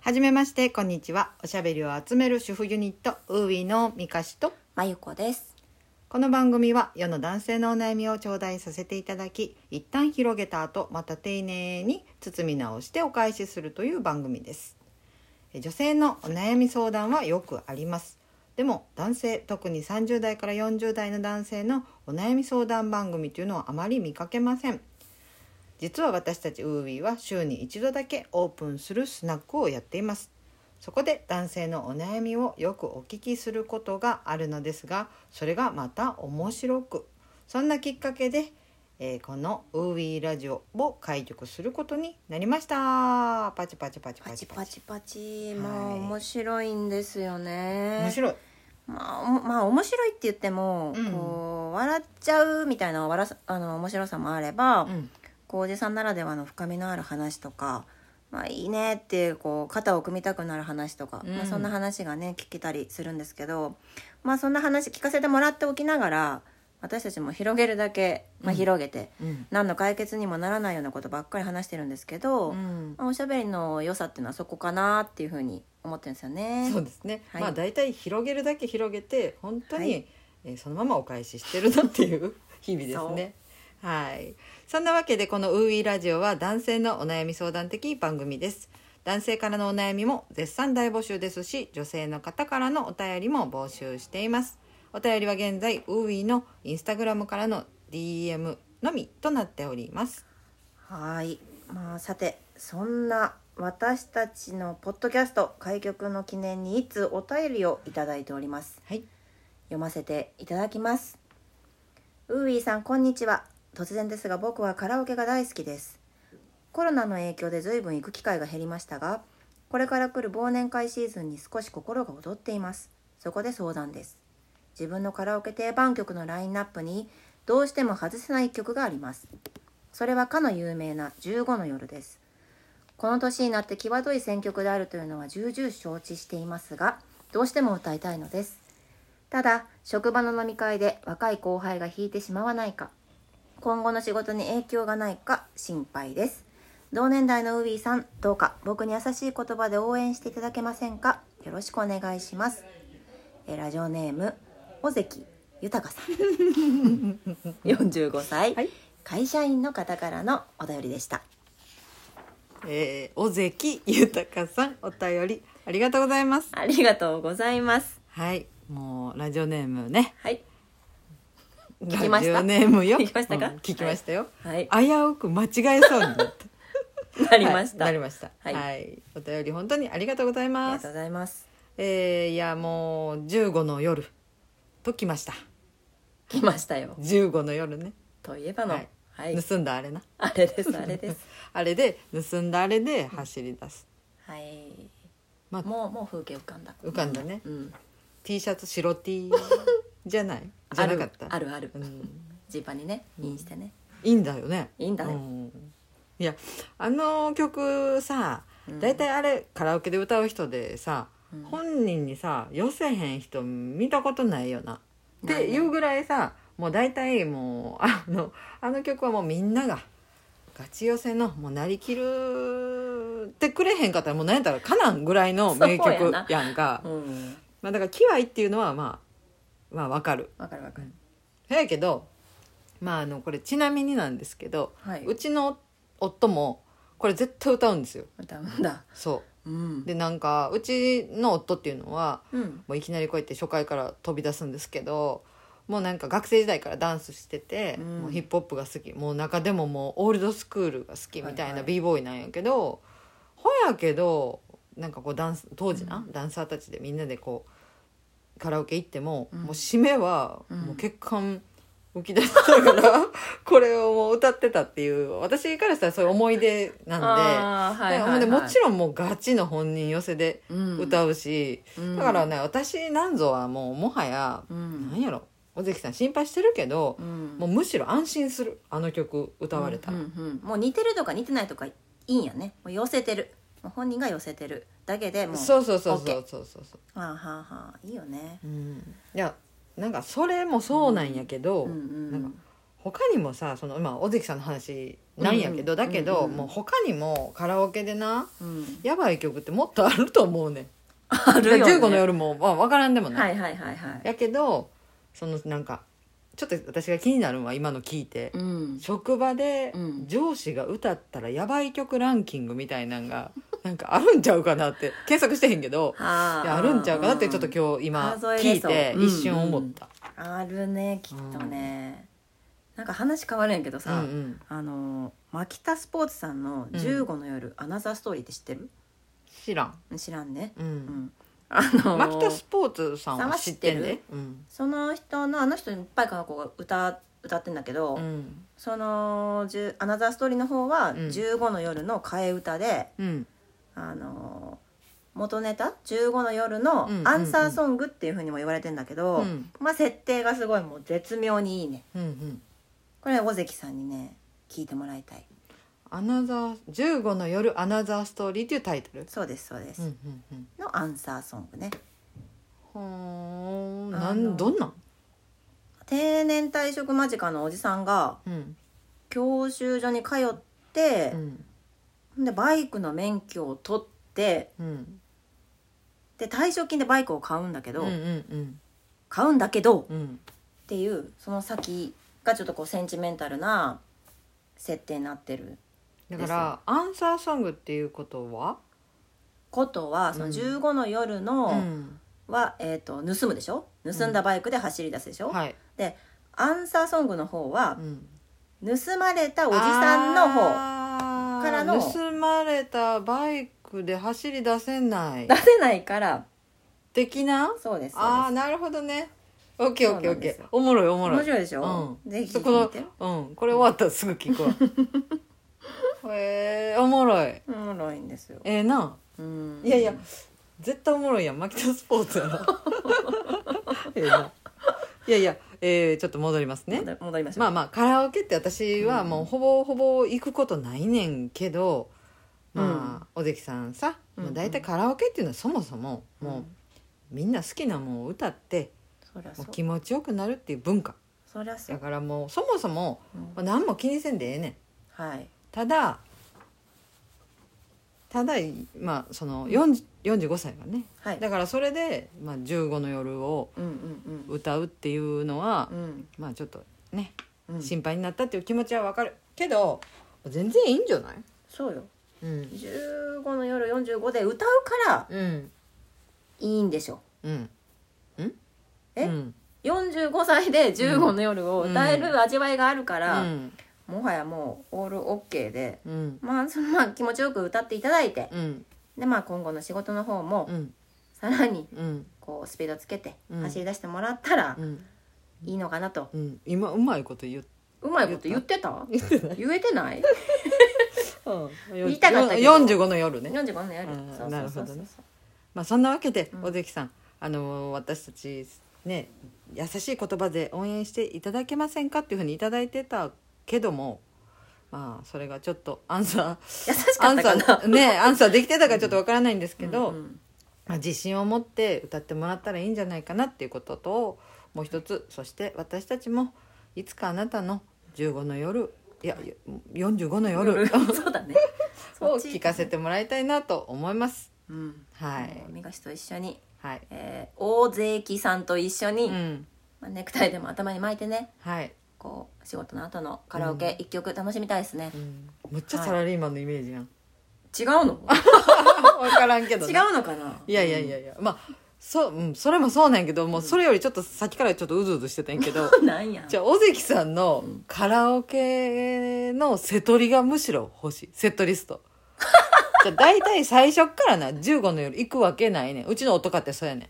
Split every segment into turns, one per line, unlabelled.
はじめまして、こんにちは。おしゃべりを集める主婦ユニット、ウーイのみかしと、
まゆこです。
この番組は世の男性のお悩みを頂戴させていただき、一旦広げた後、また丁寧に包み直してお返しするという番組です。え女性のお悩み相談はよくあります。でも男性、特に30代から40代の男性のお悩み相談番組というのはあまり見かけません。実は私たちウーウィーは週に一度だけオープンするスナックをやっていますそこで男性のお悩みをよくお聞きすることがあるのですがそれがまた面白くそんなきっかけで、えーこのウーウィーラジオを開局することになりましたパチパチパチパ
パ
チ
チ
パ
パ
チ
チパチ、
はい
まあ面白いんですよね。
面白い
まあ、おまあ面白いって言っても、
うん
こう笑っちゃうみたいな笑さあの面白さもあれば、
うん
こうおじさんならではの深みのある話とか。まあいいねってこう肩を組みたくなる話とか、
うん
まあ、そんな話がね聞けたりするんですけど、まあ、そんな話聞かせてもらっておきながら私たちも広げるだけ、まあ、
うん
広げて、
うん
何の解決にもならないようなことばっかり話してるんですけど、
うん
まあおしゃべりの良さっていうのはそこかなっていうふうに思ってるんですよね
そうですね、
はい
まあ大体広げるだけ広げて本当に、
はい
えーそのままお返ししてるなっていう 日々ですね。はい、そんなわけでこの「ウーイラジオ」は男性のお悩み相談的番組です。男性からのお悩みも絶賛大募集ですし女性の方からのお便りも募集しています。お便りは現在ウーイのインスタグラムからの DM のみとなっております。
はい、まあ、さてそんな私たちのポッドキャスト開局の記念にいつお便りをいただいております
はい、
読ませていただきますウーイーさんこんにちは突然ですが僕はカラオケが大好きですコロナの影響で随分行く機会が減りましたがこれから来る忘年会シーズンに少し心が躍っていますそこで相談です自分のカラオケ定番曲のラインナップにどうしても外せない曲がありますそれはかの有名な15の夜ですこの年になって際どい選曲であるというのは重々承知していますがどうしても歌いたいのですただ職場の飲み会で若い後輩が弾いてしまわないか今後の仕事に影響がないか心配です同年代のウービーさんどうか僕に優しい言葉で応援していただけませんかよろしくお願いしますえーラジオネーム尾関豊さ ん45歳、
はい
会社員の方からのお便りでした
えー、尾関豊さんお便りありがとうございます。
ありがとうございます
はい、もうラジオネームね。
はい
聞
きました
ラジオネームよ。
聞きましたか
うん聞きましたよ。
はい
危うく間違えそうにな った。
なりました、
はいなりました。は、
はいい
お便り本当にありがとうござい
あり
ま
がとう
す。
ございます
えー、いやもう15の夜ときました。
来ましたよ
15の夜ね。
といえばの
はい
はい、
盗んだあれな。
あれですあれです。
あれで盗んだあれで走り出す。
はい。
まあ
もうもう風景浮かんだ。
浮かんだね
うん。
T シャツ白 T じゃ ないじゃなかった。
あるある
う
ある。
ん
ジーパンにねインしてね。
いいんだよね。
いいんだよ
うんいやあの曲さ
うん
大体あれカラオケで歌う人でさ、
うん
本人にさ寄せへん人見たことないよな。っ
ない
て
ね
いうぐらいさもう大体もうあのあの曲はもうみんながガチ寄せのもうなりきるってくれへんかったらもう何やったらかなんぐらいの名
そうや
曲
な
やんか。
うん。
まあ、だから「キワイ」っていうのはまあまあわかる。
わかるわかる。
そやけどまああのこれちなみになんですけど。。
はいう
ちの夫もこれ絶対歌うんですよ
歌うんだ。
そ
うん
う。でなんかうちの夫っていうのは
うん。
もういきなりこうやって初回から飛び出すんですけどもうなんか学生時代からダンスしてて、
うん
もうヒップホップが好きもう中でももうオールドスクールが好きみた
はいいは
ない b ボーイなんやけど、ほやけどなんかこうダンス当時な、ダンサーたちでみんなでこうカラオケ行っても、
うん
もう締めは
うん
もう血管浮き出したから、 これをもう歌ってたっていう私からしたらそういう思い出なんで。
あーはい
で
は
ほん
い
で
はい。
もちろんもうガチの本人寄せで
うん
歌うし、
うん
だからね私なんぞはもうもはや、
う
なん
ん。
やろ尾関さん心配してるけど
う、ん。
もうむしろ安心するあの曲歌われた
う
ら、
んうん。もう似てるとか似てないとかいいんやね。もう寄せてる。もう本人が寄せてるだけでもう。
そうそうそう
オッ
そ
ケ
う
ー
そうそうそう、
はあはあはあいいよね。
うんいやなんかそれもそうなんやけど、
うんうん。
なんか他にもさその今尾関さんの話なんやけど、
うん
だけど、
うんうんうん
もう他にもカラオケでな
うん、
やばい曲ってもっとあると思うねん
あるよ、ね、
15の夜も、まあ、分からんでもない、
はいはいはいはい、
やけどそのなんかちょっと私が気になるのは今の聞いて、
うん、
職場で
うん
上司が歌ったらやばい曲ランキングみたいなんが なんかあるんちゃうかなって検索してへんけどい
あ
やあるんちゃうかなってちょっと
日
今日今
数え
聞
れ
い
そう
て
うん
一瞬思った。
あるねきっとね、なんか話変わるんやけど
うん
さ、
うん
あのマキタスポーツさんの「15の夜、アナザーストーリー」って知ってる
知らん、
知らんね、
う
うんん、あの
マキタスポーツさんは知ってん
さんは
で
知、
うん
その人のあの人いっぱいかの子が歌歌ってんだけど、
うん
そのじゅアナザーストーリーの方は
ん
15の夜の替え歌で、
うん、
あの元ネタ15の夜
う
の
んうんうん
アンサーソングっていうふうにも言われてんだけど、
うん
まあ設定がすごいもう絶妙にいいね
うんうん
これ尾関さんにね聞いてもらいたい
アナザー15の夜アナザーストーリーっていうタイトル、
そうですそうです、
うんうんうん、
のアンサーソングね
ほーん
あ
な
の
んどんなん、
定年退職間近のおじさんが
うん
教習所に通って
う、ん
でバイクの免許を取って
うん
で退職金でバイクを買うんだけ
う
ど、
んうん
買うんだけど
うんうん
っていうその先がちょっとこうセンチメンタルな設定になってる
だからアンサーソングっていうことは、
ことはその
うん
15の夜
う
の
ん、
は、えー、と盗むでしょ盗んだバイクで走り出すでしょ、
はい、
アンサーソングの方は
うん、
盗まれたおじさんの方
方
からの
盗まれたバイクで走り出せない
出せないから
的な
そうです
ああ
そうで
なるほどねオッケーオッケーオッケ
そうなんです
ー
よ
おもろいおも
す
ろい
面白いでしょ、
うん
ぜひ
そ
聞
こ
いて
のうんこれ終わったらすぐ聞く わへえおもろいえ
おもろいんですよ、
えな
うん、
いやいや絶対おもろいやんマキタスポーツや な ええないやいや、えーちょっと戻りますね
戻戻りましょう、
まあまあカラオケって私はもうほぼほぼ行くことないねんけど、まあ尾関さんさ、
うん
まあ、大体カラオケっていうのはそもそももうみんな好きなもんを歌って
そりゃそ
も
う
う気持ちよくなるっていう文化
そりゃそ
だ
う、
からもうそもそも
うん
まあ何も気にせんでええねん
はい
ただただまあその40 45歳はね
はい
だからそれで、まあ、15の夜を
うんうん
歌うっていうのは
う、ん
まあちょっとね
うんうん
心配になったっていう気持ちはわかるけど全然いいんじゃない
そうよ
うん
15の夜45で歌うから
うん
いいんでしょ
うん
え
うん
45歳で15の夜を歌える味わいがあるか
う
ら、
ん
もはやもうオールオッケーで
うん
まあそのまあ気持ちよく歌っていただいて
うん
でまあ今後の仕事の方も
うん
さらに
うん
こうスピードつけて
うん
走り出してもらったら
うん
いいのかなと、
うん今うまいこと言っ
うまいこと言ってた
言ってない
言えてない
言
言いたかったけど
45の夜ね、
45の夜
あー
そう
な
そう
るほ
そう
ど
そう
ねまあ、そんなわけで
うん
尾関さんあのー私たちね優しい言葉で応援していただけませんかっていうふうにいただいてたけどもまあそれがちょっとアン サ
優し
ーア
か
ン
った
サー
かな
ねアンサーできてたかちょっとわからないんですけど、
うんうん
まあ、自信を持って歌ってもらったらいいんじゃないかなっていうことともう一つそして私たちもいつかあなたの15の夜いや45の夜
そうだね
を
そっち
聞かせてもらいたいなと思います。
うん
はい
みがしと一緒に、
はい、
えー、大勢木さんと一緒に、
うん、
まあ、ネクタイでも頭に巻いてね
はい、
こう仕事の後のカラオケ一曲楽しみたいですね、
うん、むっちゃサラリーマンのイメージやん。
違うの
わからんけど、
違
ね。
うのかない
やいやいやいや、まあ、そう、うん、それもそうなんやけど、もうそれよりちょっと先からちょっとうずうずしてたんやけど。
うんなんや
じゃあ、尾関さんのカラオケの瀬取りがむしろ欲しい。セットリス ト。じゃあ、大体最初っからな、15の夜行くわけないねん。うちの音かってそうや ねん。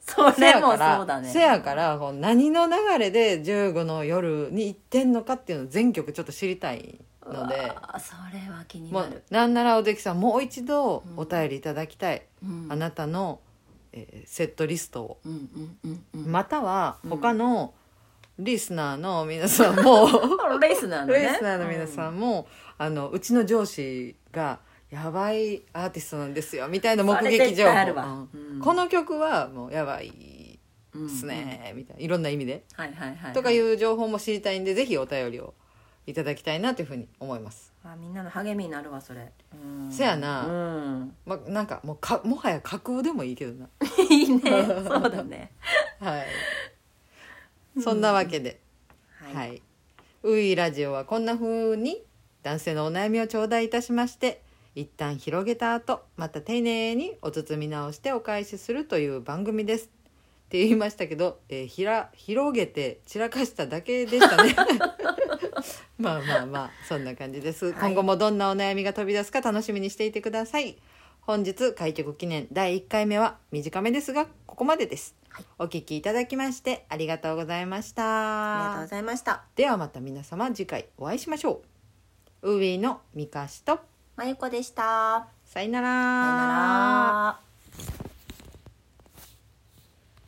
そ
せや
れも
か
そうだ
ら、
ね
せやから、こう何の流れで15の夜に行ってんのかっていうのを全曲ちょっと知りたいうの
わ
で。
ーそれは気に
も
な
う
る、
なんなら尾関さんもう一度お便りいただきたい、
うん、
あなたの、えーセットリストを、
うんうんうんうん
または
うん
他のリスナーの皆さんも、
レースなんだね
リスナーの皆さ
うん
も、うあのうちの上司がやばいアーティストなんですよみたいな目
それ
撃
絶
情
対
報
あるわ
うん
うん
この曲はもうやばい
うん
すねみたいないろんな意味で
はいはいはい
とかいうう情報も知りたいんでぜひお便りをいただきたいなというふうに思います。
あみんなの励みになるわそれうん
せやな
うん、
まあ、なんかもうかもはや架空でもいいけどな。
いいねそうだね
はい。そんなわけで、
はい、
はい。ウイラジオはこんな風に男性のお悩みを頂戴いたしまして、一旦広げた後、また丁寧にお包み直してお返しするという番組です。って言いましたけど、えーひら広げて散らかしただけでした ね。まあまあまあそんな感じです、
はい
今後もどんなお悩みが飛び出すか楽しみにしていてください本日開局記念第1回目は短めですがここまでです、
はい
お聞きいただきましてありがとうございまし
ありがとう
た
ございました
ではまた皆様次回お会いしましょうウーウィーのみかしと
まゆこでした
さよなら
さよなら